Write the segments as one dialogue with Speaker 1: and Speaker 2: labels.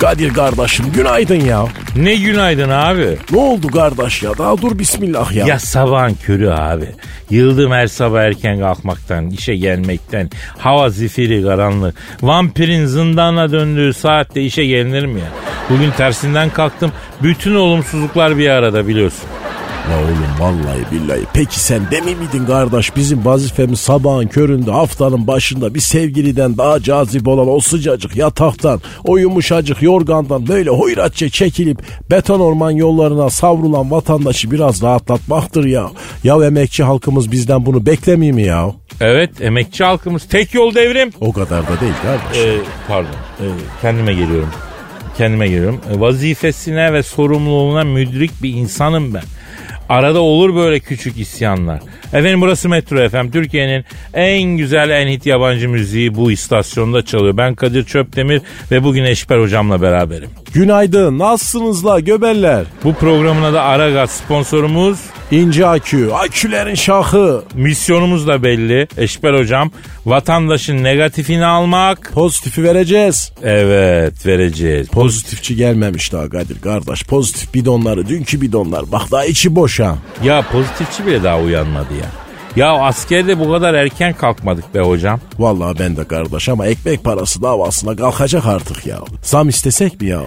Speaker 1: Kadir kardeşim günaydın ya.
Speaker 2: Ne günaydın abi.
Speaker 1: Ne oldu kardeş ya? Daha dur bismillah ya.
Speaker 2: Ya sabahın körü abi. Yıldım her sabah erken kalkmaktan, işe gelmekten. Hava zifiri karanlık. Vampirin zindana döndüğü saatte işe gelinir mi ya? Bugün tersinden kalktım. Bütün olumsuzluklar bir arada biliyorsun.
Speaker 1: Ya oğlum vallahi billahi. Peki sen demi miydin kardeş bizim vazifemiz sabahın köründe haftanın başında bir sevgiliden daha cazip olan o sıcacık yataktan, o yumuşacık yorgandan böyle hoyratça çekilip beton orman yollarına savrulan vatandaşı biraz rahatlatmaktır ya. Ya emekçi halkımız bizden bunu beklemiyor mu ya?
Speaker 2: Evet emekçi halkımız tek yol devrim.
Speaker 1: O kadar da değil kardeş.
Speaker 2: Ee, pardon ee, kendime geliyorum. Kendime geliyorum. Ee, Vazifesine ve sorumluluğuna müdrik bir insanım ben. Arada olur böyle küçük isyanlar. Efendim burası Metro FM. Türkiye'nin en güzel en hit yabancı müziği bu istasyonda çalıyor. Ben Kadir Çöptemir ve bugün Eşber hocamla beraberim.
Speaker 1: Günaydın nasılsınız la göbeller?
Speaker 2: Bu programın adı Aragaz sponsorumuz.
Speaker 1: İnce akü, akülerin şahı.
Speaker 2: Misyonumuz da belli. Eşber hocam vatandaşın negatifini almak.
Speaker 1: Pozitifi vereceğiz.
Speaker 2: Evet vereceğiz.
Speaker 1: Pozitifçi gelmemiş daha Kadir kardeş. Pozitif bidonları, dünkü bidonlar. Bak daha içi boş ha.
Speaker 2: Ya pozitifçi bile daha uyanmadı ya. Ya askerde bu kadar erken kalkmadık be hocam.
Speaker 1: Vallahi ben de kardeş ama ekmek parası davasına kalkacak artık ya. Zam istesek mi ya?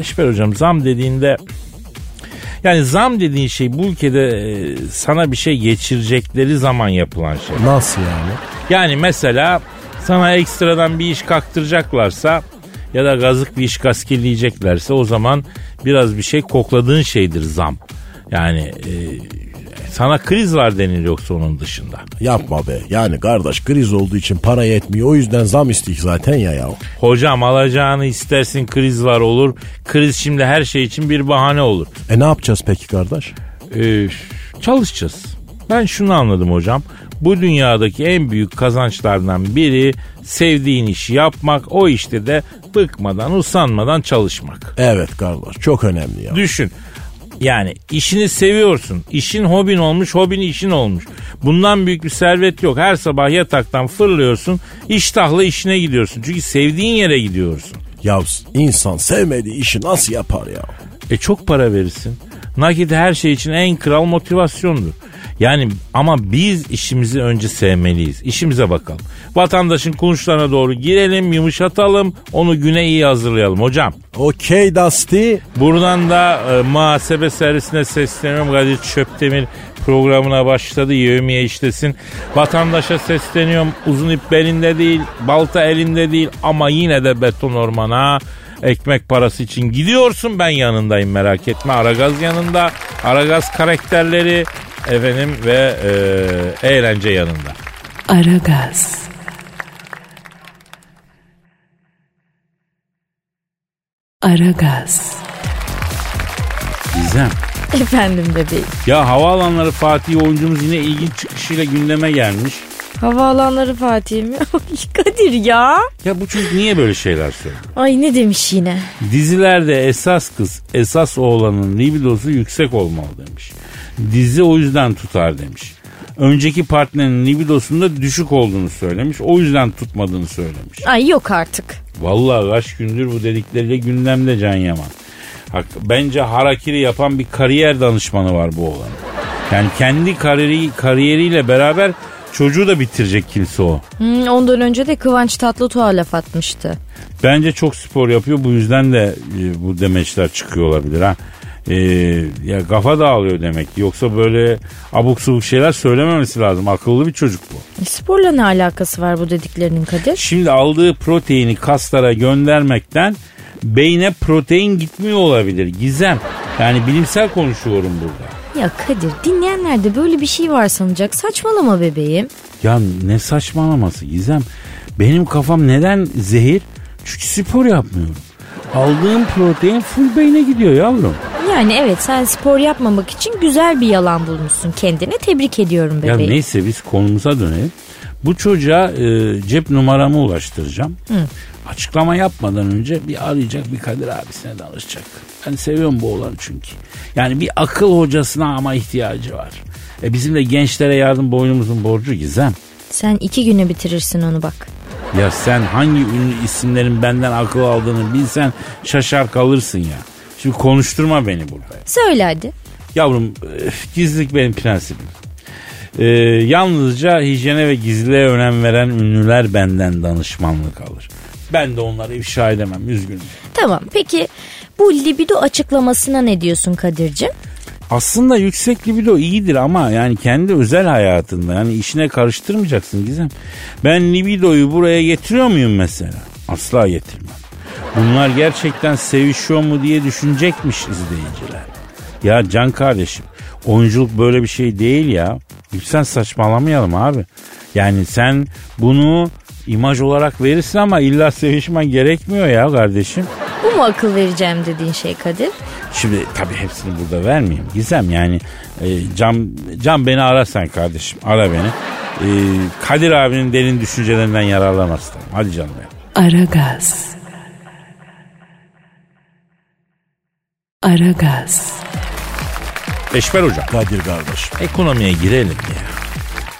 Speaker 2: Eşber hocam zam dediğinde yani zam dediğin şey bu ülkede e, sana bir şey geçirecekleri zaman yapılan şey.
Speaker 1: Nasıl yani?
Speaker 2: Yani mesela sana ekstradan bir iş kaktıracaklarsa ya da gazık bir iş gaskilleyeceklerse o zaman biraz bir şey kokladığın şeydir zam. Yani e, sana kriz var denir yoksa onun dışında.
Speaker 1: Yapma be. Yani kardeş kriz olduğu için para yetmiyor. O yüzden zam istik zaten ya ya.
Speaker 2: Hocam alacağını istersin kriz var olur. Kriz şimdi her şey için bir bahane olur.
Speaker 1: E ne yapacağız peki kardeş?
Speaker 2: Ee, çalışacağız. Ben şunu anladım hocam. Bu dünyadaki en büyük kazançlardan biri sevdiğin işi yapmak, o işte de bıkmadan, usanmadan çalışmak.
Speaker 1: Evet kardeş çok önemli ya.
Speaker 2: Düşün. Yani işini seviyorsun. İşin hobin olmuş, hobin işin olmuş. Bundan büyük bir servet yok. Her sabah yataktan fırlıyorsun, iştahla işine gidiyorsun. Çünkü sevdiğin yere gidiyorsun.
Speaker 1: Ya insan sevmediği işi nasıl yapar ya?
Speaker 2: E çok para verirsin. Nakit her şey için en kral motivasyondur. Yani ama biz işimizi önce sevmeliyiz. İşimize bakalım. Vatandaşın kunçlarına doğru girelim, yumuşatalım, onu güne iyi hazırlayalım hocam.
Speaker 1: Okey Dusty.
Speaker 2: Buradan da e, muhasebe servisine sesleniyorum. Kadir Çöptemir programına başladı. Yevmiye işlesin. Vatandaşa sesleniyorum. Uzun ip belinde değil, balta elinde değil ama yine de beton ormana ekmek parası için gidiyorsun. Ben yanındayım merak etme. Aragaz yanında. Aragaz karakterleri efendim ve e, eğlence yanında.
Speaker 3: Aragaz. Aragaz.
Speaker 2: Gizem.
Speaker 4: Efendim bebeğim.
Speaker 2: Ya havaalanları Fatih oyuncumuz yine ilginç çıkışıyla gündeme gelmiş.
Speaker 4: Havaalanları Fatih mi? Ay Kadir ya.
Speaker 2: Ya bu çocuk niye böyle şeyler söylüyor?
Speaker 4: Ay ne demiş yine?
Speaker 2: Dizilerde esas kız, esas oğlanın libidosu yüksek olmalı demiş. Dizi o yüzden tutar demiş. Önceki partnerin libidosunda düşük olduğunu söylemiş. O yüzden tutmadığını söylemiş.
Speaker 4: Ay yok artık.
Speaker 2: Vallahi kaç gündür bu dedikleriyle gündemde Can Yaman. Hak, bence harakiri yapan bir kariyer danışmanı var bu olan. Yani kendi kariyeri, kariyeriyle beraber Çocuğu da bitirecek kilise o.
Speaker 4: Hmm, ondan önce de Kıvanç Tatlıtuğ'a laf atmıştı.
Speaker 2: Bence çok spor yapıyor. Bu yüzden de e, bu demeçler çıkıyor olabilir ha. E, ya kafa dağılıyor demek ki. Yoksa böyle abuk subuk şeyler söylememesi lazım. Akıllı bir çocuk bu.
Speaker 4: E, sporla ne alakası var bu dediklerinin Kadir?
Speaker 2: Şimdi aldığı proteini kaslara göndermekten beyne protein gitmiyor olabilir. Gizem. Yani bilimsel konuşuyorum burada.
Speaker 4: Ya Kadir dinleyenler de böyle bir şey var sanacak. Saçmalama bebeğim.
Speaker 2: Ya ne saçmalaması Gizem. Benim kafam neden zehir? Çünkü spor yapmıyorum. Aldığım protein full beyne gidiyor yavrum.
Speaker 4: Yani evet sen spor yapmamak için güzel bir yalan bulmuşsun kendine. Tebrik ediyorum
Speaker 2: Ya
Speaker 4: bebeğim.
Speaker 2: neyse biz konumuza dönelim. Bu çocuğa e, cep numaramı ulaştıracağım. Açıklama yapmadan önce bir arayacak bir Kadir abisine danışacak. Ben seviyorum bu oğlanı çünkü. Yani bir akıl hocasına ama ihtiyacı var. E bizim de gençlere yardım boynumuzun borcu Gizem.
Speaker 4: Sen iki güne bitirirsin onu bak.
Speaker 2: Ya sen hangi ünlü isimlerin benden akıl aldığını bilsen şaşar kalırsın ya. Şimdi konuşturma beni burada.
Speaker 4: Söyle hadi.
Speaker 2: Yavrum öf, gizlilik benim prensibim. Ee, yalnızca hijyene ve gizliliğe önem veren ünlüler benden danışmanlık alır. Ben de onları ifşa edemem üzgünüm.
Speaker 4: Tamam peki bu libido açıklamasına ne diyorsun Kadir'cim?
Speaker 2: Aslında yüksek libido iyidir ama yani kendi özel hayatında yani işine karıştırmayacaksın Gizem. Ben libidoyu buraya getiriyor muyum mesela? Asla getirmem. Bunlar gerçekten sevişiyor mu diye düşünecekmiş izleyiciler. Ya can kardeşim oyunculuk böyle bir şey değil ya. Lütfen saçmalamayalım abi. Yani sen bunu imaj olarak verirsin ama illa sevişmen gerekmiyor ya kardeşim.
Speaker 4: Bu mu akıl vereceğim dediğin şey Kadir?
Speaker 2: Şimdi tabii hepsini burada vermeyeyim. Gizem yani e, Can, Can beni ara sen kardeşim. Ara beni. E, Kadir abinin derin düşüncelerinden yararlanmaz tamam. Hadi canım benim.
Speaker 3: Aragaz. Aragaz.
Speaker 2: Eşber hocam.
Speaker 1: Kadir kardeş.
Speaker 2: Ekonomiye girelim ya.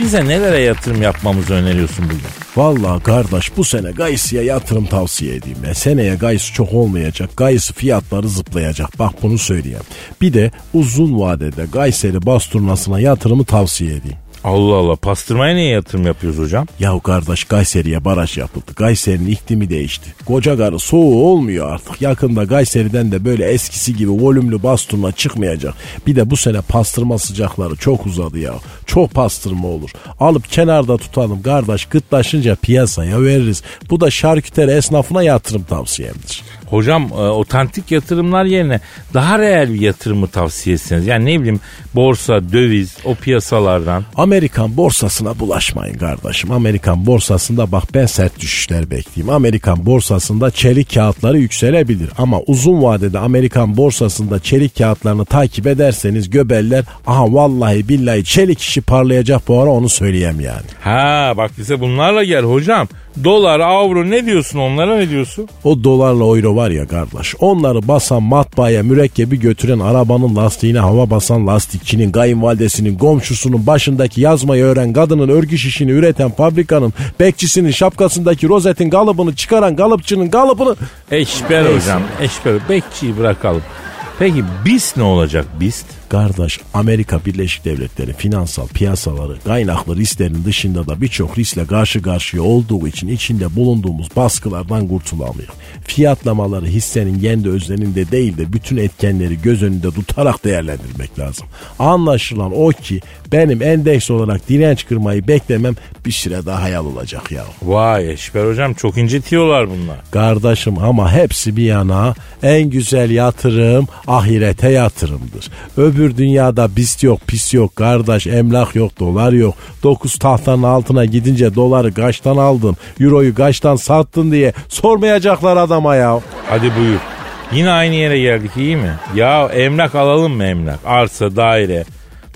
Speaker 2: Bize nelere yatırım yapmamızı öneriyorsun bugün?
Speaker 1: Vallahi kardeş bu sene Gaysi'ye yatırım tavsiye edeyim ben. Seneye Gaysi çok olmayacak. Gaysi fiyatları zıplayacak. Bak bunu söyleyeyim. Bir de uzun vadede Gayseri basturnasına yatırımı tavsiye edeyim.
Speaker 2: Allah Allah pastırmaya niye yatırım yapıyoruz hocam?
Speaker 1: Yahu kardeş Kayseri'ye baraj yapıldı. Kayseri'nin iklimi değişti. Koca karı soğuğu olmuyor artık. Yakında Kayseri'den de böyle eskisi gibi volümlü basturma çıkmayacak. Bir de bu sene pastırma sıcakları çok uzadı ya. Çok pastırma olur. Alıp kenarda tutalım kardeş gırtlaşınca piyasaya veririz. Bu da şarküteri esnafına yatırım tavsiyemdir.
Speaker 2: Hocam e, otantik yatırımlar yerine daha reel bir yatırımı tavsiye etseniz. Yani ne bileyim borsa, döviz o piyasalardan.
Speaker 1: Amerikan borsasına bulaşmayın kardeşim. Amerikan borsasında bak ben sert düşüşler bekleyeyim. Amerikan borsasında çelik kağıtları yükselebilir. Ama uzun vadede Amerikan borsasında çelik kağıtlarını takip ederseniz göbeller aha vallahi billahi çelik işi parlayacak bu ara onu söyleyeyim yani.
Speaker 2: Ha bak bize bunlarla gel hocam. Dolar, avro ne diyorsun onlara ne diyorsun?
Speaker 1: O dolarla euro var ya kardeş. Onları basan matbaaya mürekkebi götüren arabanın lastiğine hava basan lastikçinin, kayınvalidesinin, komşusunun başındaki yazmayı öğren kadının örgü şişini üreten fabrikanın, bekçisinin şapkasındaki rozetin kalıbını çıkaran kalıpçının kalıbını...
Speaker 2: Eşber hocam. Eşber. Bekçiyi bırakalım. Peki BIST ne olacak BIST?
Speaker 1: Kardeş Amerika Birleşik Devletleri finansal piyasaları kaynaklı risklerin dışında da birçok riskle karşı karşıya olduğu için içinde bulunduğumuz baskılardan kurtulamıyor. Fiyatlamaları hissenin kendi özelinde değil de bütün etkenleri göz önünde tutarak değerlendirmek lazım. Anlaşılan o ki benim endeks olarak direnç kırmayı beklemem bir süre daha hayal olacak ya.
Speaker 2: Vay Eşber hocam çok incitiyorlar bunlar.
Speaker 1: Kardeşim ama hepsi bir yana en güzel yatırım ahirete yatırımdır. Öbür dünyada biz yok pis yok kardeş emlak yok dolar yok. Dokuz tahtanın altına gidince doları kaçtan aldın euroyu kaçtan sattın diye sormayacaklar adama ya.
Speaker 2: Hadi buyur. Yine aynı yere geldik iyi mi? Ya emlak alalım mı emlak? Arsa, daire,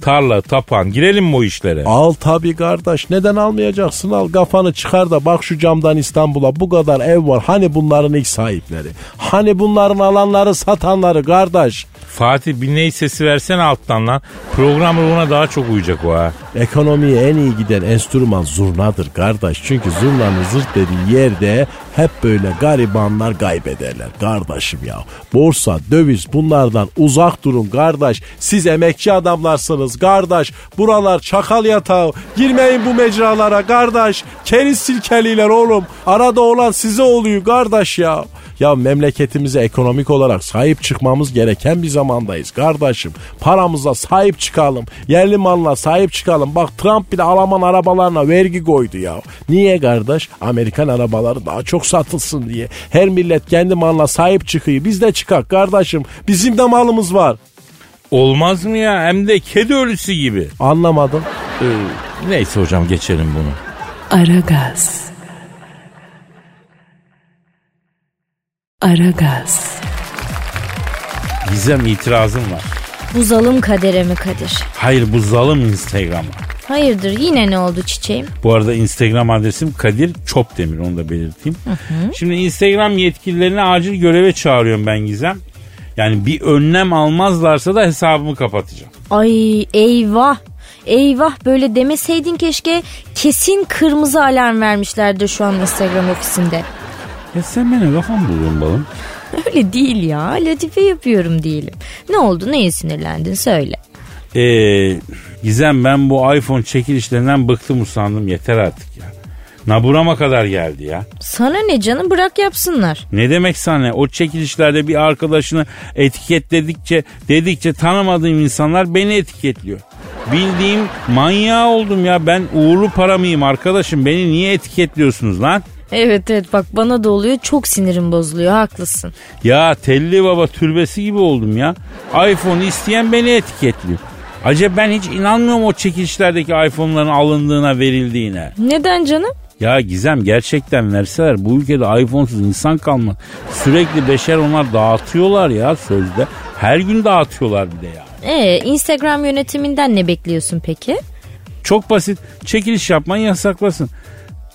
Speaker 2: tarla, tapan girelim mi bu işlere?
Speaker 1: Al tabi kardeş neden almayacaksın al kafanı çıkar da bak şu camdan İstanbul'a bu kadar ev var. Hani bunların ilk sahipleri hani bunların alanları satanları kardeş.
Speaker 2: Fatih bir ney sesi versene alttan lan. Program ruhuna daha çok uyacak o ha.
Speaker 1: Ekonomiye en iyi giden enstrüman zurnadır kardeş. Çünkü zurnanın zırt dediği yerde hep böyle garibanlar kaybederler kardeşim ya. Borsa, döviz bunlardan uzak durun kardeş. Siz emekçi adamlarsınız kardeş. Buralar çakal yatağı. Girmeyin bu mecralara kardeş. Keriz silkeliler oğlum. Arada olan size oluyor kardeş ya. Ya memleketimize ekonomik olarak sahip çıkmamız gereken bir zamandayız kardeşim. Paramıza sahip çıkalım. Yerli malına sahip çıkalım. Bak Trump bile Alman arabalarına vergi koydu ya. Niye kardeş? Amerikan arabaları daha çok satılsın diye. Her millet kendi malına sahip çıkıyor. Biz de çıkak kardeşim. Bizim de malımız var.
Speaker 2: Olmaz mı ya? Hem de kedi ölüsü gibi.
Speaker 1: Anlamadım.
Speaker 2: Ee, neyse hocam geçelim bunu.
Speaker 5: Aragaz. Aragaz.
Speaker 2: Gizem itirazım var.
Speaker 4: Buzalım kadere mi Kadir?
Speaker 2: Hayır bu zalim Instagram'a.
Speaker 4: Hayırdır yine ne oldu çiçeğim?
Speaker 2: Bu arada Instagram adresim Kadir Çopdemir onu da belirteyim. Şimdi Instagram yetkililerini acil göreve çağırıyorum ben Gizem. Yani bir önlem almazlarsa da hesabımı kapatacağım.
Speaker 4: Ay eyvah. Eyvah böyle demeseydin keşke kesin kırmızı alarm vermişlerdir şu an Instagram ofisinde.
Speaker 2: Ya sen bana kafam buldun balım.
Speaker 4: Öyle değil ya latife yapıyorum diyelim. Ne oldu neye sinirlendin söyle.
Speaker 2: Ee, Gizem ben bu iPhone çekilişlerinden bıktım usandım yeter artık ya. Naburama kadar geldi ya.
Speaker 4: Sana ne canım bırak yapsınlar.
Speaker 2: Ne demek sana? O çekilişlerde bir arkadaşını etiketledikçe, dedikçe tanımadığım insanlar beni etiketliyor. Bildiğim manyağı oldum ya. Ben uğurlu para mıyım arkadaşım? Beni niye etiketliyorsunuz lan?
Speaker 4: Evet evet bak bana da oluyor çok sinirim bozuluyor haklısın.
Speaker 2: Ya telli baba türbesi gibi oldum ya. iPhone isteyen beni etiketliyor. Acaba ben hiç inanmıyorum o çekilişlerdeki iPhone'ların alındığına verildiğine.
Speaker 4: Neden canım?
Speaker 2: Ya Gizem gerçekten verseler bu ülkede iPhone'suz insan kalmaz. Sürekli beşer onlar dağıtıyorlar ya sözde. Her gün dağıtıyorlar bir de ya.
Speaker 4: Ee, Instagram yönetiminden ne bekliyorsun peki?
Speaker 2: Çok basit. Çekiliş yapmayı yasaklasın.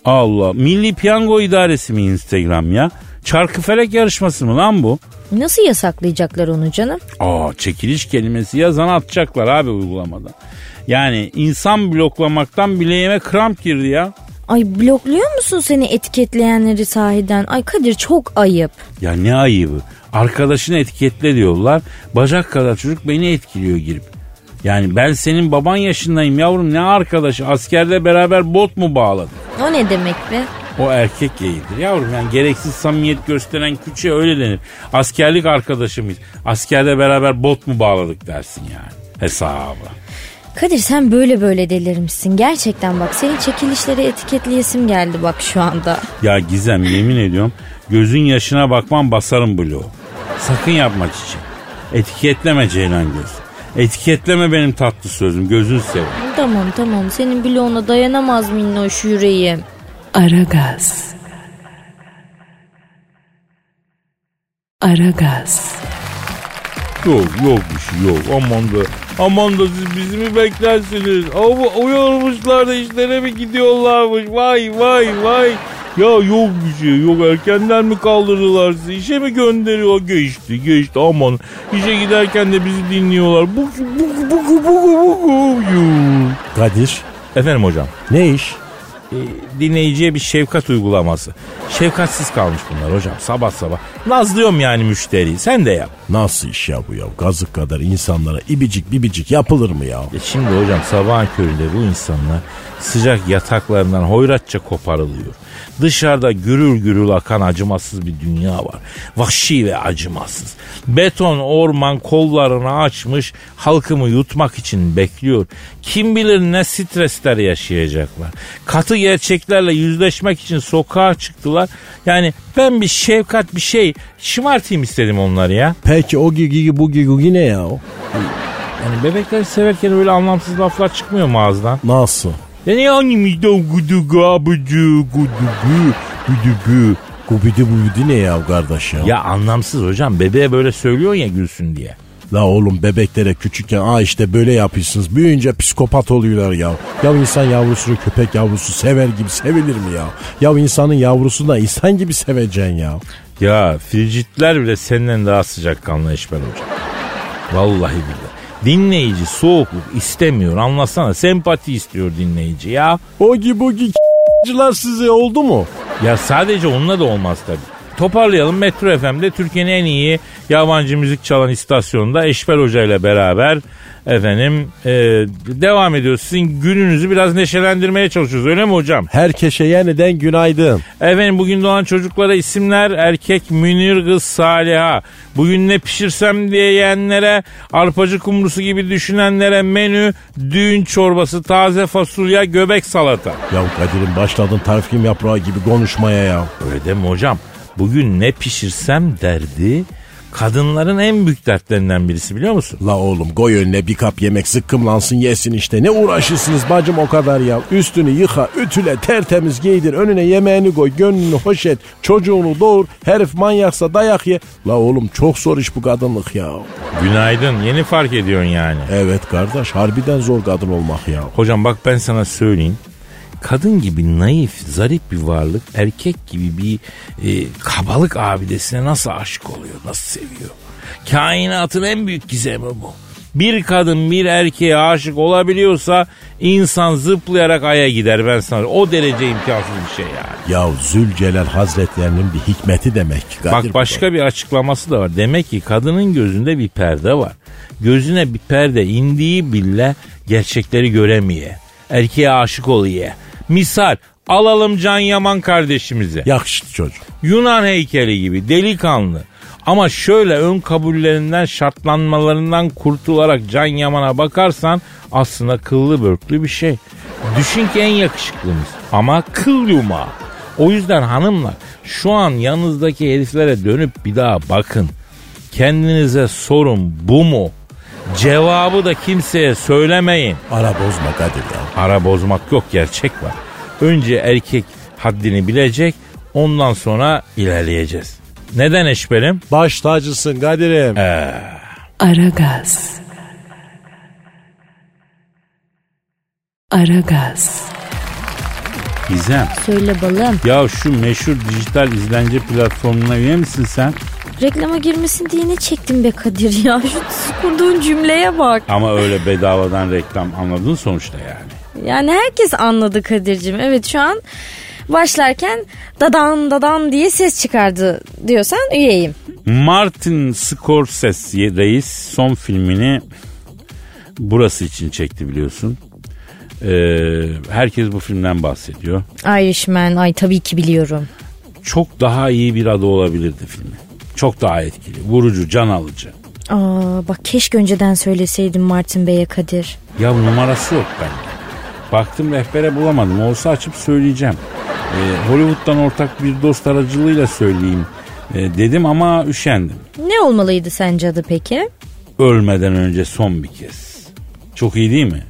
Speaker 2: Allah. Milli Piyango İdaresi mi Instagram ya? Çarkıfelek yarışması mı lan bu?
Speaker 4: Nasıl yasaklayacaklar onu canım?
Speaker 2: Aa çekiliş kelimesi yazana atacaklar abi uygulamada. Yani insan bloklamaktan bileğime kramp girdi ya.
Speaker 4: Ay blokluyor musun seni etiketleyenleri sahiden? Ay Kadir çok ayıp.
Speaker 2: Ya ne ayıbı. Arkadaşını etiketle diyorlar. Bacak kadar çocuk beni etkiliyor girip. Yani ben senin baban yaşındayım yavrum ne arkadaşı askerde beraber bot mu bağladık?
Speaker 4: O ne demek be?
Speaker 2: O erkek geyidir yavrum yani gereksiz samimiyet gösteren küçüğe öyle denir. Askerlik arkadaşımız. Askerde beraber bot mu bağladık dersin yani hesabı.
Speaker 4: Kadir sen böyle böyle delirmişsin. Gerçekten bak senin çekilişleri etiketleyesim geldi bak şu anda.
Speaker 2: Ya Gizem yemin ediyorum gözün yaşına bakmam basarım bloğu. Sakın yapma çiçek. Etiketleme Ceylan göz. Etiketleme benim tatlı sözüm gözün seveyim.
Speaker 4: Tamam tamam senin bloğuna dayanamaz minnoş yüreğim.
Speaker 5: Aragaz. Aragaz.
Speaker 2: Yok yok bir şey yok aman da. Aman da siz bizi mi beklersiniz? Ama uyanmışlar da işlere mi gidiyorlarmış? Vay vay vay. Ya yok bir şey yok erkenden mi kaldırdılar sizi işe mi gönderiyor geçti geçti aman işe giderken de bizi dinliyorlar bu bu bu bu bu
Speaker 1: Kadir
Speaker 2: Efendim hocam
Speaker 1: ne iş?
Speaker 2: e, dinleyiciye bir şefkat uygulaması. Şefkatsiz kalmış bunlar hocam sabah sabah. Nazlıyorum yani müşteriyi sen de yap.
Speaker 1: Nasıl iş ya bu ya? Gazık kadar insanlara ibicik bibicik yapılır mı ya?
Speaker 2: E şimdi hocam sabahın köründe bu insanlar sıcak yataklarından hoyratça koparılıyor. Dışarıda gürül gürül akan acımasız bir dünya var. Vahşi ve acımasız. Beton orman kollarını açmış halkımı yutmak için bekliyor. Kim bilir ne stresler yaşayacaklar. Katı gerçeklerle yüzleşmek için sokağa çıktılar. Yani ben bir şefkat bir şey şımartayım istedim onları ya.
Speaker 1: Peki o gigi bu gigi gugi ne ya?
Speaker 2: Yani bebekleri severken öyle anlamsız laflar çıkmıyor mu ağızdan?
Speaker 1: Nasıl?
Speaker 2: Yani hangimizde o gudugu abucu gudugu gudugu.
Speaker 1: Gubidi bubidi ne ya kardeş ya?
Speaker 2: Ya anlamsız hocam bebeğe böyle söylüyorsun ya gülsün diye.
Speaker 1: La oğlum bebeklere küçükken aa işte böyle yapıyorsunuz. Büyüyünce psikopat oluyorlar ya. Ya insan yavrusunu köpek yavrusu sever gibi sevilir mi ya? Ya insanın yavrusunu da insan gibi seveceksin ya.
Speaker 2: Ya fricitler bile senden daha sıcakkanlı Eşber hocam. Vallahi billahi. Dinleyici soğukluk istemiyor anlasana. Sempati istiyor dinleyici ya.
Speaker 1: Ogi bogi c***cılar size oldu mu?
Speaker 2: Ya sadece onunla da olmaz tabii. Toparlayalım Metro FM'de Türkiye'nin en iyi yabancı müzik çalan istasyonunda Eşber Hoca ile beraber efendim e, devam ediyoruz. Sizin gününüzü biraz neşelendirmeye çalışıyoruz öyle mi hocam?
Speaker 1: Herkese yeniden günaydın.
Speaker 2: Efendim bugün doğan çocuklara isimler erkek Münir kız Saliha. Bugün ne pişirsem diye yiyenlere arpacı kumrusu gibi düşünenlere menü düğün çorbası taze fasulye göbek salata.
Speaker 1: Ya Kadir'im başladın tarifim yaprağı gibi konuşmaya ya.
Speaker 2: Öyle deme hocam. Bugün ne pişirsem derdi kadınların en büyük dertlerinden birisi biliyor musun?
Speaker 1: La oğlum koy önüne bir kap yemek zıkkımlansın yesin işte. Ne uğraşırsınız bacım o kadar ya. Üstünü yıka, ütüle, tertemiz giydir. Önüne yemeğini koy, gönlünü hoş et. Çocuğunu doğur. Herif manyaksa dayak ye. La oğlum çok zor iş bu kadınlık ya.
Speaker 2: Günaydın yeni fark ediyorsun yani.
Speaker 1: Evet kardeş harbiden zor kadın olmak ya.
Speaker 2: Hocam bak ben sana söyleyeyim. Kadın gibi naif, zarif bir varlık erkek gibi bir e, kabalık abidesine nasıl aşık oluyor, nasıl seviyor? Kainatın en büyük gizemi bu. Bir kadın bir erkeğe aşık olabiliyorsa insan zıplayarak aya gider ben sana. O derece imkansız bir şey yani.
Speaker 1: Ya Zülcelal Hazretlerinin bir hikmeti demek ki. Kadir
Speaker 2: Bak başka bir açıklaması da var. Demek ki kadının gözünde bir perde var. Gözüne bir perde indiği bile gerçekleri göremeye. Erkeğe aşık oluyor. Misal alalım Can Yaman kardeşimizi.
Speaker 1: Yakıştı çocuk.
Speaker 2: Yunan heykeli gibi delikanlı. Ama şöyle ön kabullerinden şartlanmalarından kurtularak Can Yaman'a bakarsan aslında kıllı börklü bir şey. Düşün ki en yakışıklımız ama kıl yumağı. O yüzden hanımlar şu an yanınızdaki heriflere dönüp bir daha bakın. Kendinize sorun bu mu? Cevabı da kimseye söylemeyin.
Speaker 1: Ara bozma Kadir ya.
Speaker 2: Ara bozmak yok gerçek var. Önce erkek haddini bilecek ondan sonra ilerleyeceğiz. Neden eşbelim?
Speaker 1: Baş tacısın Kadir'im.
Speaker 5: Aragaz. Aragaz.
Speaker 6: Gizem.
Speaker 4: Söyle balım.
Speaker 6: Ya şu meşhur dijital izlence platformuna üye misin sen?
Speaker 4: Reklama girmesin diye ne çektin be Kadir ya? Şu kurduğun cümleye bak.
Speaker 6: Ama öyle bedavadan reklam anladın sonuçta yani.
Speaker 4: Yani herkes anladı Kadir'cim. Evet şu an başlarken dadan dadan diye ses çıkardı diyorsan üyeyim.
Speaker 6: Martin Scorsese reis son filmini burası için çekti biliyorsun. Ee, herkes bu filmden bahsediyor.
Speaker 4: Irishman ay tabii ki biliyorum.
Speaker 6: Çok daha iyi bir adı olabilirdi filmi. Çok daha etkili, vurucu, can alıcı.
Speaker 4: Aa bak keşke önceden söyleseydim Martin Bey'e Kadir.
Speaker 6: Ya numarası yok bende. Baktım rehbere bulamadım. Olsa açıp söyleyeceğim. Ee, Hollywood'dan ortak bir dost aracılığıyla söyleyeyim ee, dedim ama üşendim.
Speaker 4: Ne olmalıydı sence adı peki?
Speaker 6: Ölmeden önce son bir kez. Çok iyi değil mi?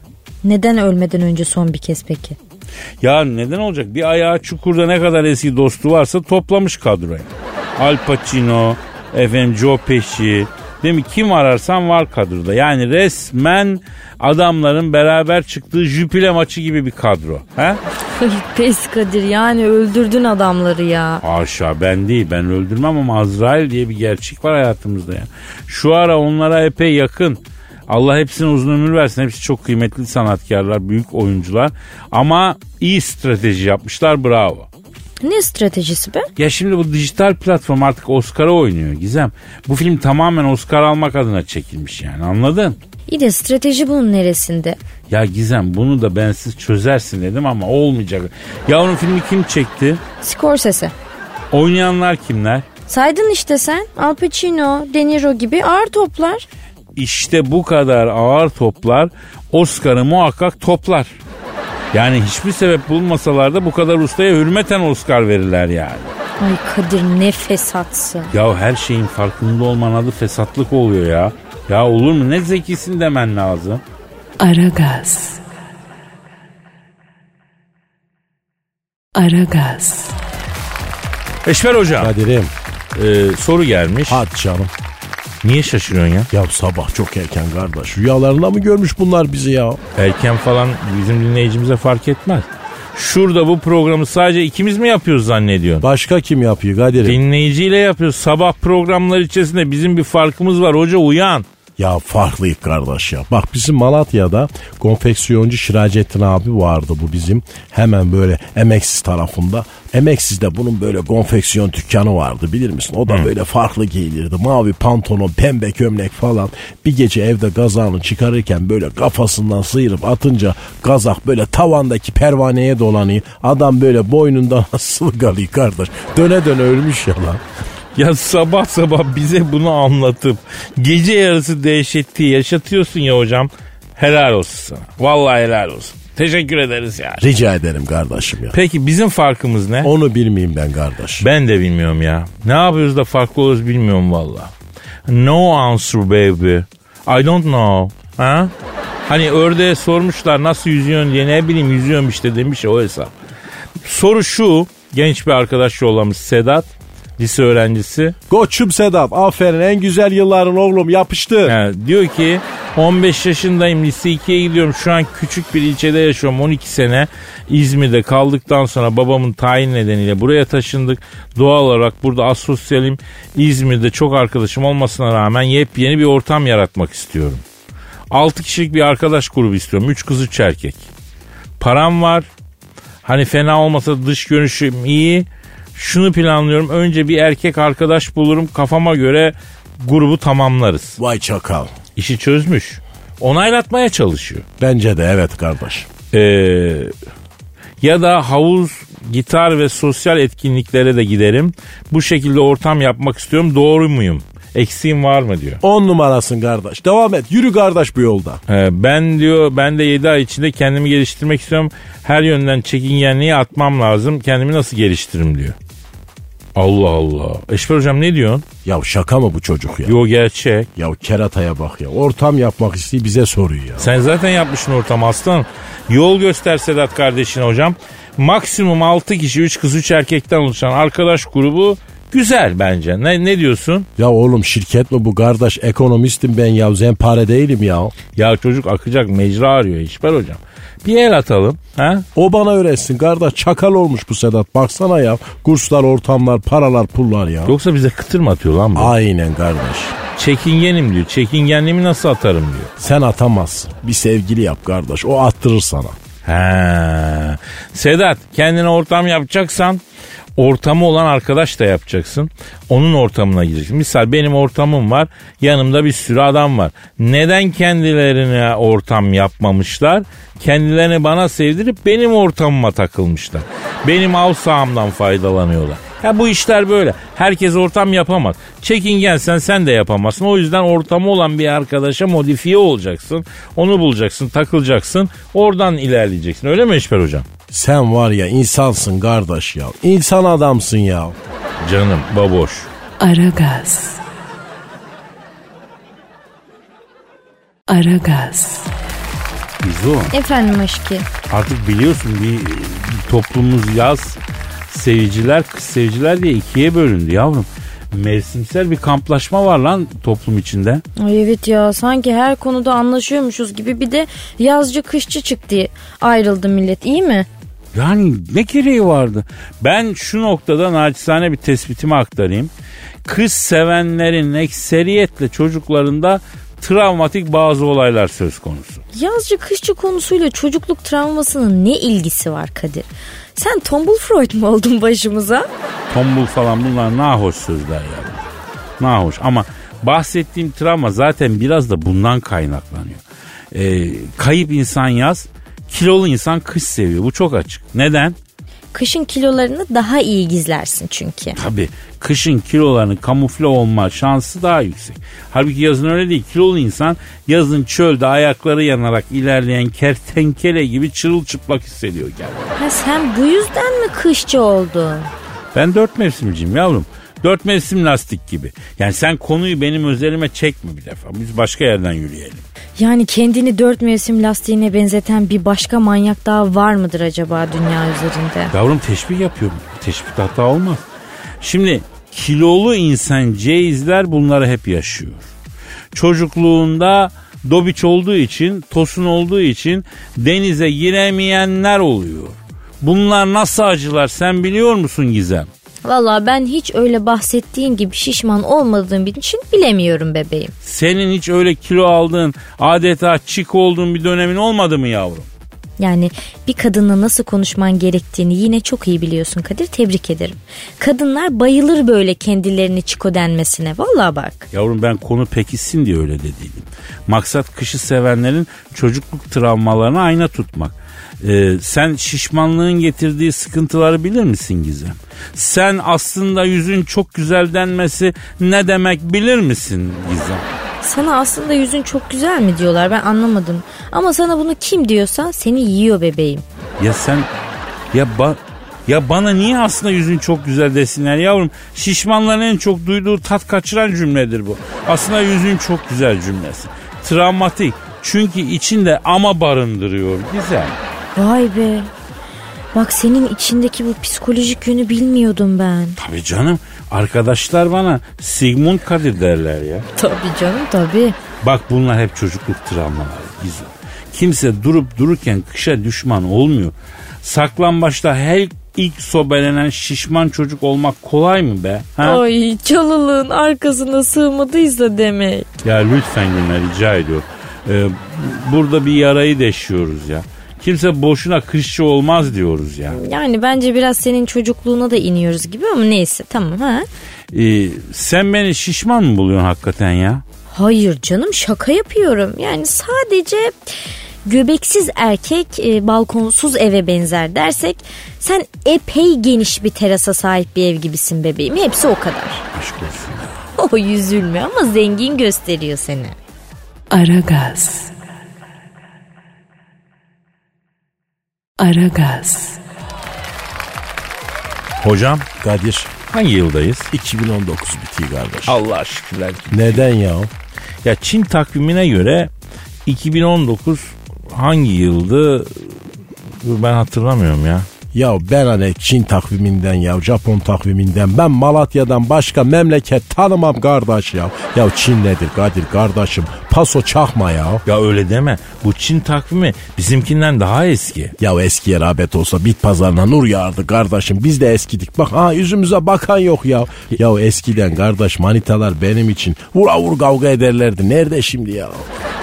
Speaker 4: Neden ölmeden önce son bir kez peki?
Speaker 6: Ya neden olacak? Bir ayağı çukurda ne kadar eski dostu varsa toplamış kadroya. Al Pacino, efendim Joe Pesci. Değil mi? Kim ararsan var kadroda. Yani resmen adamların beraber çıktığı jüpile maçı gibi bir kadro. He?
Speaker 4: Ay pes Kadir yani öldürdün adamları ya.
Speaker 6: Aşağı ben değil ben öldürmem ama Azrail diye bir gerçek var hayatımızda ya. Şu ara onlara epey yakın. Allah hepsine uzun ömür versin. Hepsi çok kıymetli sanatkarlar, büyük oyuncular. Ama iyi strateji yapmışlar bravo.
Speaker 4: Ne stratejisi be?
Speaker 6: Ya şimdi bu dijital platform artık Oscar'a oynuyor Gizem. Bu film tamamen Oscar almak adına çekilmiş yani anladın?
Speaker 4: İyi de strateji bunun neresinde?
Speaker 6: Ya Gizem bunu da bensiz çözersin dedim ama olmayacak. Ya onun filmi kim çekti?
Speaker 4: Scorsese.
Speaker 6: Oynayanlar kimler?
Speaker 4: Saydın işte sen Al Pacino, De Niro gibi ağır toplar.
Speaker 6: İşte bu kadar ağır toplar Oscar'ı muhakkak toplar. Yani hiçbir sebep bulmasalar da bu kadar ustaya hürmeten Oscar verirler yani.
Speaker 4: Ay Kadir ne fesatsı.
Speaker 6: Ya her şeyin farkında olman adı fesatlık oluyor ya. Ya olur mu ne zekisin demen lazım.
Speaker 5: Aragaz. Aragaz.
Speaker 2: Eşber hocam
Speaker 1: Kadir'im
Speaker 2: e, soru gelmiş.
Speaker 1: hadi canım.
Speaker 2: Niye şaşırıyorsun ya?
Speaker 1: Ya sabah çok erken kardeş. Rüyalarında mı görmüş bunlar bizi ya?
Speaker 2: Erken falan bizim dinleyicimize fark etmez. Şurada bu programı sadece ikimiz mi yapıyoruz zannediyorsun?
Speaker 1: Başka kim yapıyor Kadir'im?
Speaker 2: Dinleyiciyle yapıyoruz. Sabah programları içerisinde bizim bir farkımız var. Hoca uyan.
Speaker 1: Ya farklıyık kardeş ya. Bak bizim Malatya'da konfeksiyoncu Şiracettin abi vardı bu bizim. Hemen böyle emeksiz tarafında. Emeksiz'de bunun böyle konfeksiyon dükkanı vardı bilir misin? O da böyle farklı giyilirdi. Mavi pantolon, pembe gömlek falan. Bir gece evde gazağını çıkarırken böyle kafasından sıyırıp atınca gazak böyle tavandaki pervaneye dolanıyor. Adam böyle boynundan asılı kalıyor kardeş. Döne döne ölmüş ya lan.
Speaker 2: Ya sabah sabah bize bunu anlatıp gece yarısı dehşeti yaşatıyorsun ya hocam. Helal olsun sana. Vallahi helal olsun. Teşekkür ederiz ya.
Speaker 1: Rica ederim kardeşim ya.
Speaker 2: Peki bizim farkımız ne?
Speaker 1: Onu bilmeyeyim ben kardeş.
Speaker 2: Ben de bilmiyorum ya. Ne yapıyoruz da farklı oluruz bilmiyorum valla. No answer baby. I don't know. Ha? Hani ördeğe sormuşlar nasıl yüzüyorsun diye ne bileyim yüzüyorum işte demiş ya, o hesap. Soru şu genç bir arkadaş yollamış Sedat lise öğrencisi.
Speaker 1: Koçum Sedat aferin en güzel yılların oğlum yapıştı.
Speaker 2: Ha, diyor ki 15 yaşındayım lise 2'ye gidiyorum şu an küçük bir ilçede yaşıyorum 12 sene İzmir'de kaldıktan sonra babamın tayin nedeniyle buraya taşındık. Doğal olarak burada asosyalim İzmir'de çok arkadaşım olmasına rağmen yepyeni bir ortam yaratmak istiyorum. 6 kişilik bir arkadaş grubu istiyorum 3 kız 3 erkek. Param var hani fena olmasa dış görünüşüm iyi şunu planlıyorum önce bir erkek arkadaş bulurum kafama göre grubu tamamlarız.
Speaker 1: Vay çakal.
Speaker 2: İşi çözmüş. Onaylatmaya çalışıyor.
Speaker 1: Bence de evet kardeş.
Speaker 2: Ee, ya da havuz, gitar ve sosyal etkinliklere de giderim. Bu şekilde ortam yapmak istiyorum. Doğru muyum? Eksiğim var mı diyor.
Speaker 1: On numarasın kardeş. Devam et. Yürü kardeş bu yolda.
Speaker 2: Ee, ben diyor ben de 7 ay içinde kendimi geliştirmek istiyorum. Her yönden çekingenliği atmam lazım. Kendimi nasıl geliştiririm diyor. Allah Allah. Eşber hocam ne diyorsun?
Speaker 1: Ya şaka mı bu çocuk ya?
Speaker 2: Yo gerçek.
Speaker 1: Ya kerataya bak ya. Ortam yapmak istiyor bize soruyor ya.
Speaker 2: Sen zaten yapmışsın ortamı aslanım. Yol göster Sedat kardeşine hocam. Maksimum 6 kişi 3 kız 3 erkekten oluşan arkadaş grubu güzel bence. Ne, ne diyorsun?
Speaker 1: Ya oğlum şirket mi bu kardeş? Ekonomistim ben ya. Zempare değilim ya.
Speaker 2: Ya çocuk akacak mecra arıyor İşber hocam. Bir el atalım. Ha?
Speaker 1: O bana öğretsin kardeş. Çakal olmuş bu Sedat. Baksana ya. Kurslar, ortamlar, paralar, pullar ya.
Speaker 2: Yoksa bize kıtır mı atıyor lan bu?
Speaker 1: Aynen kardeş.
Speaker 2: Çekingenim diyor. Çekingenliğimi nasıl atarım diyor.
Speaker 1: Sen atamazsın. Bir sevgili yap kardeş. O attırır sana.
Speaker 2: He. Sedat kendine ortam yapacaksan ortamı olan arkadaş da yapacaksın. Onun ortamına gireceksin. Misal benim ortamım var. Yanımda bir sürü adam var. Neden kendilerine ortam yapmamışlar? Kendilerini bana sevdirip benim ortamıma takılmışlar. Benim av sahamdan faydalanıyorlar. Ha bu işler böyle. Herkes ortam yapamaz. Çekingensen sen de yapamazsın. O yüzden ortamı olan bir arkadaşa modifiye olacaksın. Onu bulacaksın, takılacaksın. Oradan ilerleyeceksin. Öyle mi Eşber Hocam?
Speaker 1: Sen var ya insansın kardeş ya. İnsan adamsın ya.
Speaker 2: Canım, baboş.
Speaker 5: Aragaz. Aragaz.
Speaker 2: Biz o.
Speaker 4: Efendim aşkı.
Speaker 2: Artık biliyorsun bir, bir toplumumuz yaz seviciler kız seviciler diye ikiye bölündü yavrum. Mevsimsel bir kamplaşma var lan toplum içinde.
Speaker 4: Ay evet ya sanki her konuda anlaşıyormuşuz gibi bir de yazcı kışçı çıktı diye ayrıldı millet iyi mi?
Speaker 2: Yani ne gereği vardı? Ben şu noktada naçizane bir tespitimi aktarayım. Kız sevenlerin ekseriyetle çocuklarında travmatik bazı olaylar söz konusu.
Speaker 4: Yazcı kışçı konusuyla çocukluk travmasının ne ilgisi var Kadir? Sen tombul Freud mu oldun başımıza?
Speaker 2: Tombul falan bunlar nahoş sözler yani. Nahoş ama bahsettiğim travma zaten biraz da bundan kaynaklanıyor. Ee, kayıp insan yaz, kilolu insan kış seviyor. Bu çok açık. Neden?
Speaker 4: Kışın kilolarını daha iyi gizlersin çünkü.
Speaker 2: Tabii kışın kilolarının kamufle olma şansı daha yüksek. Halbuki yazın öyle değil. Kilolu insan yazın çölde ayakları yanarak ilerleyen kertenkele gibi çırılçıplak hissediyor kendini.
Speaker 4: Ha sen bu yüzden mi kışçı oldun?
Speaker 2: Ben dört mevsimciyim yavrum. Dört mevsim lastik gibi. Yani sen konuyu benim özelime çekme bir defa. Biz başka yerden yürüyelim.
Speaker 4: Yani kendini dört mevsim lastiğine benzeten bir başka manyak daha var mıdır acaba dünya üzerinde?
Speaker 2: Yavrum teşbih yapıyorum. Teşbih hata olmaz. Şimdi kilolu insan ceizler bunları hep yaşıyor. Çocukluğunda dobiç olduğu için, tosun olduğu için denize giremeyenler oluyor. Bunlar nasıl acılar sen biliyor musun Gizem?
Speaker 4: Valla ben hiç öyle bahsettiğin gibi şişman olmadığım için bilemiyorum bebeğim.
Speaker 2: Senin hiç öyle kilo aldığın, adeta çık olduğun bir dönemin olmadı mı yavrum?
Speaker 4: Yani bir kadınla nasıl konuşman gerektiğini yine çok iyi biliyorsun Kadir. Tebrik ederim. Kadınlar bayılır böyle kendilerini çiko denmesine. Valla bak.
Speaker 2: Yavrum ben konu pekişsin diye öyle dediydim. Maksat kışı sevenlerin çocukluk travmalarını ayna tutmak. Ee, sen şişmanlığın getirdiği sıkıntıları bilir misin Gizem? Sen aslında yüzün çok güzel denmesi ne demek bilir misin Gizem?
Speaker 4: Sana aslında yüzün çok güzel mi diyorlar ben anlamadım. Ama sana bunu kim diyorsa seni yiyor bebeğim.
Speaker 2: Ya sen ya ba ya bana niye aslında yüzün çok güzel desinler yavrum? Şişmanların en çok duyduğu tat kaçıran cümledir bu. Aslında yüzün çok güzel cümlesi. Travmatik. Çünkü içinde ama barındırıyor. Güzel.
Speaker 4: Vay be. Bak senin içindeki bu psikolojik yönü bilmiyordum ben.
Speaker 2: Tabii canım. Arkadaşlar bana Sigmund Kadir derler ya.
Speaker 4: Tabii canım tabii.
Speaker 2: Bak bunlar hep çocukluk travmaları Gizem. Kimse durup dururken kışa düşman olmuyor. Saklambaçta her ilk sobelenen şişman çocuk olmak kolay mı be? Ha?
Speaker 4: Ay çalılığın arkasına sığmadıysa demek.
Speaker 2: Ya lütfen Güner rica ediyorum. Ee, burada bir yarayı deşiyoruz ya. Kimse boşuna kışçı olmaz diyoruz ya.
Speaker 4: Yani bence biraz senin çocukluğuna da iniyoruz gibi ama neyse tamam ha.
Speaker 2: Ee, sen beni şişman mı buluyorsun hakikaten ya?
Speaker 4: Hayır canım şaka yapıyorum. Yani sadece göbeksiz erkek e, balkonsuz eve benzer dersek sen epey geniş bir terasa sahip bir ev gibisin bebeğim. Hepsi o kadar.
Speaker 2: Aşk olsun.
Speaker 4: O yüzülme Oh, ama zengin gösteriyor seni.
Speaker 5: Aragaz. Aragaz.
Speaker 2: Hocam
Speaker 1: Kadir
Speaker 2: hangi yıldayız?
Speaker 1: 2019 bitiyor kardeş.
Speaker 2: Allah şükürler.
Speaker 1: Neden ya?
Speaker 2: Ya Çin takvimine göre 2019 hangi yıldı Dur ben hatırlamıyorum ya.
Speaker 1: Ya ben hani Çin takviminden ya Japon takviminden ben Malatya'dan başka memleket tanımam kardeş ya. Ya Çin nedir Kadir kardeşim? Paso çakma ya.
Speaker 2: Ya öyle deme. Bu Çin takvimi bizimkinden daha eski.
Speaker 1: Ya eskiye rağbet olsa bit pazarına nur yağardı kardeşim. Biz de eskidik. Bak ha yüzümüze bakan yok ya. Ya eskiden kardeş manitalar benim için vura vur kavga ederlerdi. Nerede şimdi ya?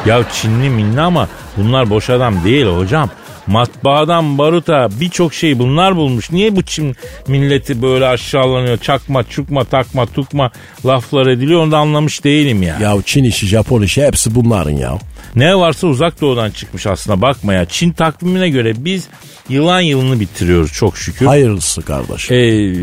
Speaker 2: Ya Çinli minli ama bunlar boş adam değil hocam. Matbaadan baruta birçok şey bunlar bulmuş. Niye bu Çin milleti böyle aşağılanıyor? Çakma, çukma, takma, tukma laflar ediliyor. Onu da anlamış değilim ya.
Speaker 1: Ya Çin işi Japon işi hepsi bunların ya.
Speaker 2: Ne varsa uzak doğudan çıkmış aslında bakma ya. Çin takvimine göre biz yılan yılını bitiriyoruz çok şükür.
Speaker 1: Hayırlısı kardeş.
Speaker 2: Ee,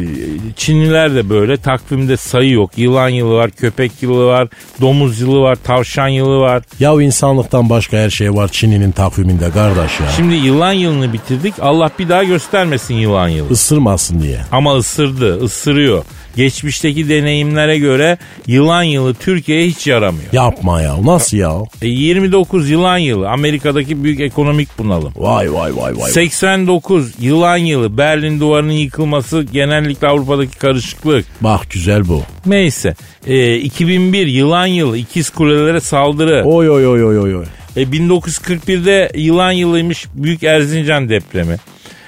Speaker 2: Çinliler de böyle takvimde sayı yok. Yılan yılı var, köpek yılı var, domuz yılı var, tavşan yılı var.
Speaker 1: Ya insanlıktan başka her şey var Çin'in takviminde kardeş ya.
Speaker 2: Şimdi yılan yılını bitirdik. Allah bir daha göstermesin yılan yılı.
Speaker 1: Isırmasın diye.
Speaker 2: Ama ısırdı, ısırıyor. Geçmişteki deneyimlere göre yılan yılı Türkiye'ye hiç yaramıyor.
Speaker 1: Yapma ya. Nasıl ya?
Speaker 2: E, 29 yılan yılı Amerika'daki büyük ekonomik bunalım.
Speaker 1: Vay vay vay vay.
Speaker 2: 89 yılan yılı Berlin duvarının yıkılması genellikle Avrupa'daki karışıklık.
Speaker 1: Bak güzel bu.
Speaker 2: Neyse e, 2001 yılan yılı ikiz kulelere saldırı.
Speaker 1: Oy oy oy oy oy. oy.
Speaker 2: E, 1941'de yılan yılıymış Büyük Erzincan depremi.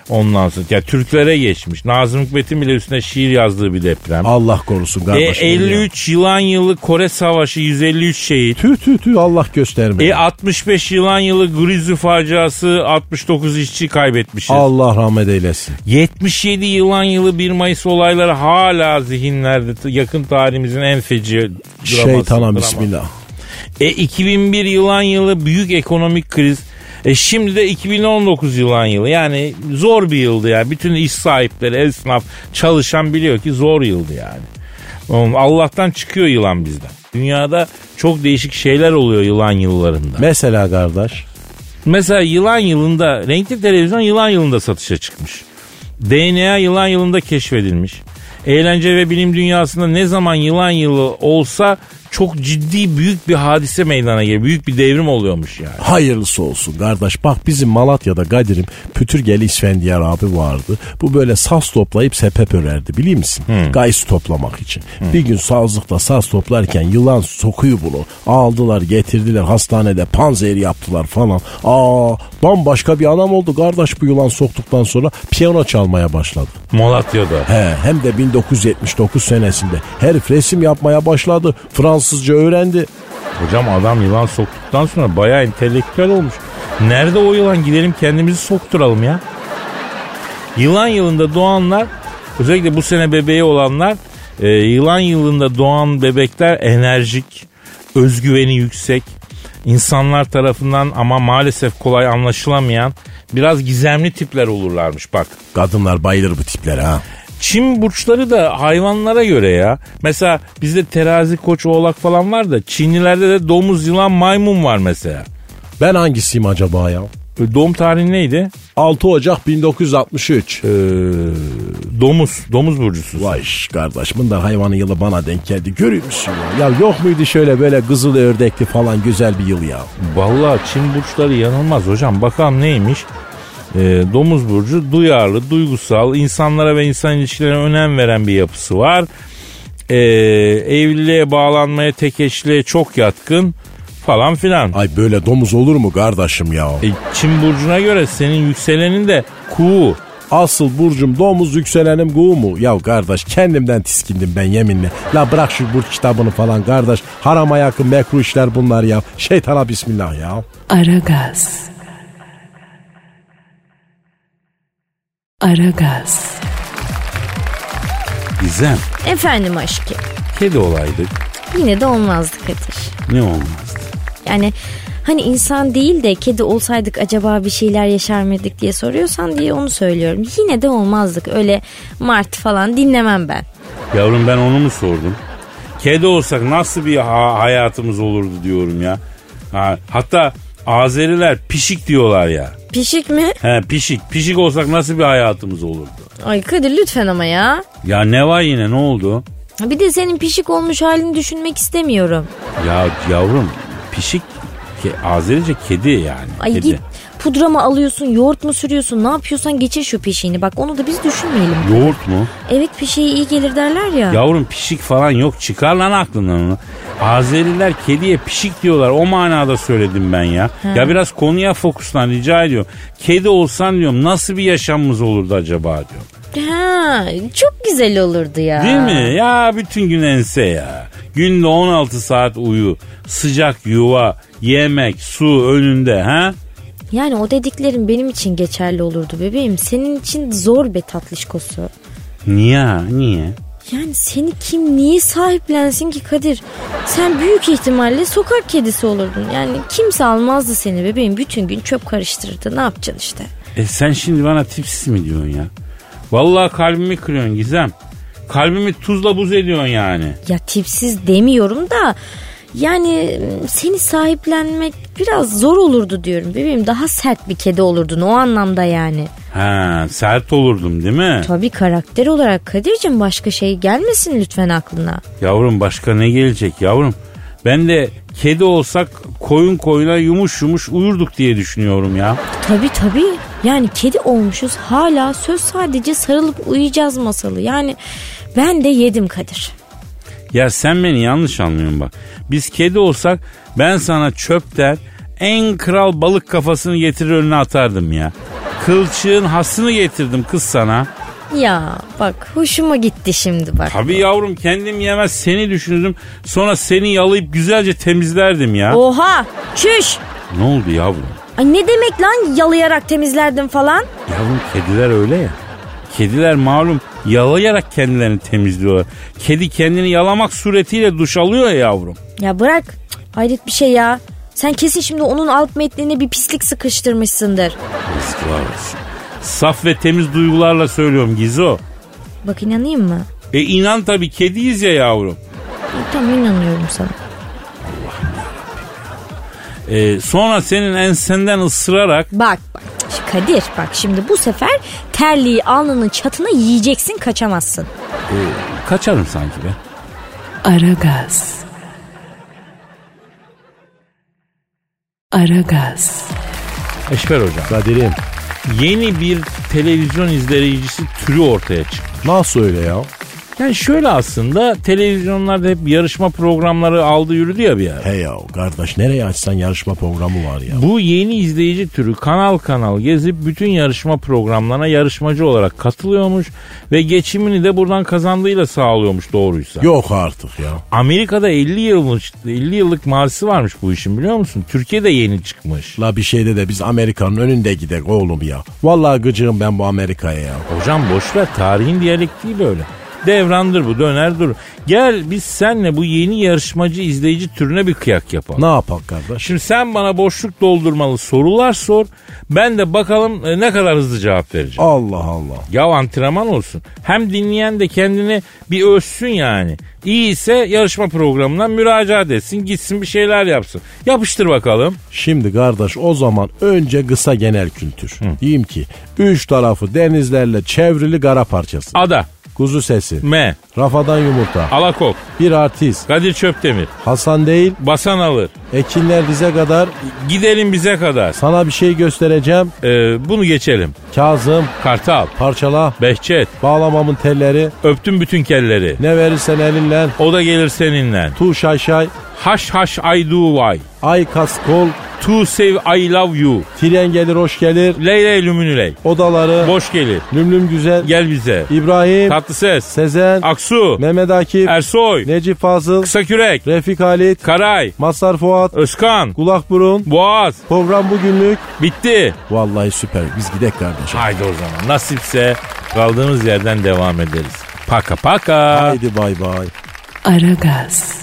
Speaker 2: Ondan sonra ya Türklere geçmiş. Nazım Hikmet'in bile üstüne şiir yazdığı bir deprem.
Speaker 1: Allah korusun
Speaker 2: E,
Speaker 1: kardeşim.
Speaker 2: 53 yılan yılı Kore Savaşı 153 şehit.
Speaker 1: Tüh tüh tüh Allah göstermeyin.
Speaker 2: E 65 yılan yılı Grizzly faciası 69 işçi kaybetmişiz.
Speaker 1: Allah rahmet eylesin.
Speaker 2: 77 yılan yılı 1 Mayıs olayları hala zihinlerde. T- Yakın tarihimizin en feci draması.
Speaker 1: Şeytana
Speaker 2: drama.
Speaker 1: bismillah.
Speaker 2: E 2001 yılan yılı büyük ekonomik kriz. E şimdi de 2019 yılan yılı. Yani zor bir yıldı yani. Bütün iş sahipleri, esnaf, çalışan biliyor ki zor yıldı yani. Oğlum Allah'tan çıkıyor yılan bizden. Dünyada çok değişik şeyler oluyor yılan yıllarında.
Speaker 1: Mesela kardeş.
Speaker 2: Mesela yılan yılında renkli televizyon yılan yılında satışa çıkmış. DNA yılan yılında keşfedilmiş. Eğlence ve bilim dünyasında ne zaman yılan yılı olsa çok ciddi büyük bir hadise meydana geliyor. Büyük bir devrim oluyormuş yani.
Speaker 1: Hayırlısı olsun kardeş. Bak bizim Malatya'da Kadir'im Pütürgeli İsfendiyar abi vardı. Bu böyle saz toplayıp sepep örerdi biliyor musun? Gays toplamak için. Bir gün sazlıkta saz toplarken yılan sokuyu bunu. Aldılar getirdiler hastanede panzehir yaptılar falan. Aa bambaşka bir adam oldu kardeş bu yılan soktuktan sonra piyano çalmaya başladı.
Speaker 2: Malatya'da.
Speaker 1: He, hem de 1979 senesinde herif resim yapmaya başladı. Fransızca öğrendi.
Speaker 2: Hocam adam yılan soktuktan sonra bayağı entelektüel olmuş. Nerede o yılan gidelim kendimizi sokturalım ya. Yılan yılında doğanlar özellikle bu sene bebeği olanlar e, yılan yılında doğan bebekler enerjik, özgüveni yüksek, insanlar tarafından ama maalesef kolay anlaşılamayan biraz gizemli tipler olurlarmış bak.
Speaker 1: Kadınlar bayılır bu tiplere ha.
Speaker 2: Çim burçları da hayvanlara göre ya. Mesela bizde terazi, koç, oğlak falan var da Çinlilerde de domuz, yılan, maymun var mesela.
Speaker 1: Ben hangisiyim acaba ya?
Speaker 2: E, Doğum tarihi neydi?
Speaker 1: 6 Ocak 1963.
Speaker 2: Ee, domuz, domuz burcusun.
Speaker 1: Vay şş, kardeş bunlar hayvanın yılı bana denk geldi. Görüyor musun ya? Ya yok muydu şöyle böyle kızıl ördekli falan güzel bir yıl ya?
Speaker 2: Vallahi Çin burçları yanılmaz hocam. Bakalım neymiş? Ee, domuz burcu duyarlı, duygusal, insanlara ve insan ilişkilerine önem veren bir yapısı var. Ee, evliliğe bağlanmaya, tek eşliğe çok yatkın falan filan.
Speaker 1: Ay böyle domuz olur mu kardeşim ya?
Speaker 2: E, Çin burcuna göre senin yükselenin de kuğu.
Speaker 1: Asıl burcum domuz yükselenim kuğu mu? Ya kardeş kendimden tiskindim ben yeminle. La bırak şu burç kitabını falan kardeş. Harama yakın mekru işler bunlar ya. Şeytana bismillah ya.
Speaker 5: Aragaz. Aragaz.
Speaker 2: Gizem.
Speaker 4: Efendim aşkım.
Speaker 2: Kedi olaydık.
Speaker 4: Yine de olmazdı Kadir.
Speaker 2: Ne olmazdı?
Speaker 4: Yani hani insan değil de kedi olsaydık acaba bir şeyler yaşar mıydık diye soruyorsan diye onu söylüyorum. Yine de olmazdık. Öyle Mart falan dinlemem ben.
Speaker 2: Yavrum ben onu mu sordum? Kedi olsak nasıl bir ha- hayatımız olurdu diyorum ya. Ha, hatta Azeriler pişik diyorlar ya.
Speaker 4: Pişik mi?
Speaker 2: He pişik. Pişik olsak nasıl bir hayatımız olurdu?
Speaker 4: Ay Kadir lütfen ama ya.
Speaker 2: Ya ne var yine ne oldu?
Speaker 4: Bir de senin pişik olmuş halini düşünmek istemiyorum.
Speaker 2: Ya yavrum pişik ke- Azerice kedi yani.
Speaker 4: Ay
Speaker 2: kedi.
Speaker 4: git pudra mı alıyorsun, yoğurt mu sürüyorsun, ne yapıyorsan geçir şu pişiğini. Bak onu da biz düşünmeyelim.
Speaker 2: Yoğurt mu?
Speaker 4: Evet pişiği iyi gelir derler ya.
Speaker 2: Yavrum pişik falan yok çıkar lan aklından onu. Azeriler kediye pişik diyorlar o manada söyledim ben ya. Ya biraz konuya fokuslan rica ediyorum. Kedi olsan diyorum nasıl bir yaşamımız olurdu acaba diyorum.
Speaker 4: Ha, çok güzel olurdu ya.
Speaker 2: Değil mi? Ya bütün gün ense ya. Günde 16 saat uyu. Sıcak yuva, yemek, su önünde ha?
Speaker 4: Yani o dediklerin benim için geçerli olurdu bebeğim. Senin için zor be tatlışkosu.
Speaker 2: Niye? Niye?
Speaker 4: Yani seni kim niye sahiplensin ki Kadir? Sen büyük ihtimalle sokak kedisi olurdun. Yani kimse almazdı seni bebeğim. Bütün gün çöp karıştırırdı. Ne yapacaksın işte?
Speaker 2: E sen şimdi bana tipsiz mi diyorsun ya? Vallahi kalbimi kırıyorsun Gizem. Kalbimi tuzla buz ediyorsun yani.
Speaker 4: Ya tipsiz demiyorum da yani m, seni sahiplenmek biraz zor olurdu diyorum bebeğim. Daha sert bir kedi olurdun o anlamda yani.
Speaker 2: Ha, sert olurdum değil mi?
Speaker 4: Tabii karakter olarak Kadir'cim başka şey gelmesin lütfen aklına.
Speaker 2: Yavrum başka ne gelecek yavrum? Ben de kedi olsak koyun koyuna yumuş yumuş uyurduk diye düşünüyorum ya.
Speaker 4: Tabii tabii. Yani kedi olmuşuz hala söz sadece sarılıp uyuyacağız masalı. Yani ben de yedim Kadir.
Speaker 2: Ya sen beni yanlış anlıyorsun bak. Biz kedi olsak ben sana çöp der en kral balık kafasını getirir önüne atardım ya. Kılçığın hasını getirdim kız sana.
Speaker 4: Ya bak hoşuma gitti şimdi bak.
Speaker 2: Tabii yavrum kendim yemez seni düşünürdüm. Sonra seni yalayıp güzelce temizlerdim ya.
Speaker 4: Oha çüş.
Speaker 2: Ne oldu yavrum?
Speaker 4: Ay ne demek lan yalayarak temizlerdim falan.
Speaker 2: Yavrum kediler öyle ya. Kediler malum yalayarak kendilerini temizliyorlar. Kedi kendini yalamak suretiyle duş alıyor ya yavrum.
Speaker 4: Ya bırak Cık, hayret bir şey ya. Sen kesin şimdi onun alt metnine bir pislik sıkıştırmışsındır.
Speaker 2: Yazıklar olsun. Saf ve temiz duygularla söylüyorum Gizo.
Speaker 4: Bak inanayım mı?
Speaker 2: E inan tabii kediyiz ya yavrum.
Speaker 4: E, tamam inanıyorum sana.
Speaker 2: E, sonra senin ensenden ısırarak
Speaker 4: Bak bak Cık, Kadir bak şimdi bu sefer terliği alnının çatına yiyeceksin kaçamazsın.
Speaker 2: kaçarım sanki be.
Speaker 5: Aragaz. Aragaz,
Speaker 2: Eşber hocam.
Speaker 1: Kadir'im
Speaker 2: Yeni bir televizyon izleyicisi türü ortaya çıktı.
Speaker 1: nasıl öyle ya?
Speaker 2: Yani şöyle aslında televizyonlarda hep yarışma programları aldı yürüdü ya bir ara.
Speaker 1: He ya kardeş nereye açsan yarışma programı var ya.
Speaker 2: Bu yeni izleyici türü kanal kanal gezip bütün yarışma programlarına yarışmacı olarak katılıyormuş ve geçimini de buradan kazandığıyla sağlıyormuş doğruysa.
Speaker 1: Yok artık ya.
Speaker 2: Amerika'da 50 yıllık 50 yıllık marşı varmış bu işin biliyor musun? Türkiye'de yeni çıkmış.
Speaker 1: La bir şeyde de biz Amerika'nın önünde gidek oğlum ya. Vallahi gıcığım ben bu Amerika'ya ya.
Speaker 2: Hocam boş ver tarihin diyalektiği böyle. Devrandır bu döner dur. Gel biz senle bu yeni yarışmacı izleyici türüne bir kıyak yapalım.
Speaker 1: Ne yapak kardeş?
Speaker 2: Şimdi sen bana boşluk doldurmalı sorular sor. Ben de bakalım e, ne kadar hızlı cevap vereceğim.
Speaker 1: Allah Allah.
Speaker 2: Ya antrenman olsun. Hem dinleyen de kendini bir ölçsün yani. İyi ise yarışma programından müracaat etsin. Gitsin bir şeyler yapsın. Yapıştır bakalım.
Speaker 1: Şimdi kardeş o zaman önce kısa genel kültür. Diyeyim ki üç tarafı denizlerle çevrili kara parçası.
Speaker 2: Ada,
Speaker 1: Kuzu sesi.
Speaker 2: M,
Speaker 1: Rafadan yumurta.
Speaker 2: Alakok,
Speaker 1: bir artist.
Speaker 2: Kadir Çöptemir,
Speaker 1: Hasan değil.
Speaker 2: Basan Alır.
Speaker 1: Ekinler bize kadar.
Speaker 2: Gidelim bize kadar.
Speaker 1: Sana bir şey göstereceğim.
Speaker 2: Ee, bunu geçelim.
Speaker 1: Kazım.
Speaker 2: Kartal,
Speaker 1: Parçala.
Speaker 2: Behçet,
Speaker 1: Bağlamamın telleri.
Speaker 2: öptüm bütün kelleri.
Speaker 1: Ne verirsen elinle.
Speaker 2: O da gelir seninle.
Speaker 1: Tu şay şay.
Speaker 2: Haş haş I do why.
Speaker 1: Ay kas kol.
Speaker 2: To save I love you.
Speaker 1: Tren gelir hoş gelir.
Speaker 2: Ley ley lümünüley.
Speaker 1: Odaları.
Speaker 2: Boş gelir.
Speaker 1: Lümlüm güzel.
Speaker 2: Gel bize.
Speaker 1: İbrahim.
Speaker 2: Tatlı ses.
Speaker 1: Sezen.
Speaker 2: Aksu.
Speaker 1: Mehmet Akif.
Speaker 2: Er- Ersoy.
Speaker 1: Necip Fazıl.
Speaker 2: Kısa kürek.
Speaker 1: Refik Halit.
Speaker 2: Karay.
Speaker 1: Mazhar Fuat.
Speaker 2: Özkan.
Speaker 1: Kulak burun.
Speaker 2: Boğaz.
Speaker 1: Program bugünlük.
Speaker 2: Bitti.
Speaker 1: Vallahi süper. Biz gidek kardeşim.
Speaker 2: Haydi o zaman. Nasipse kaldığımız yerden devam ederiz. Paka paka.
Speaker 1: Haydi bay bay.
Speaker 5: Aragaz.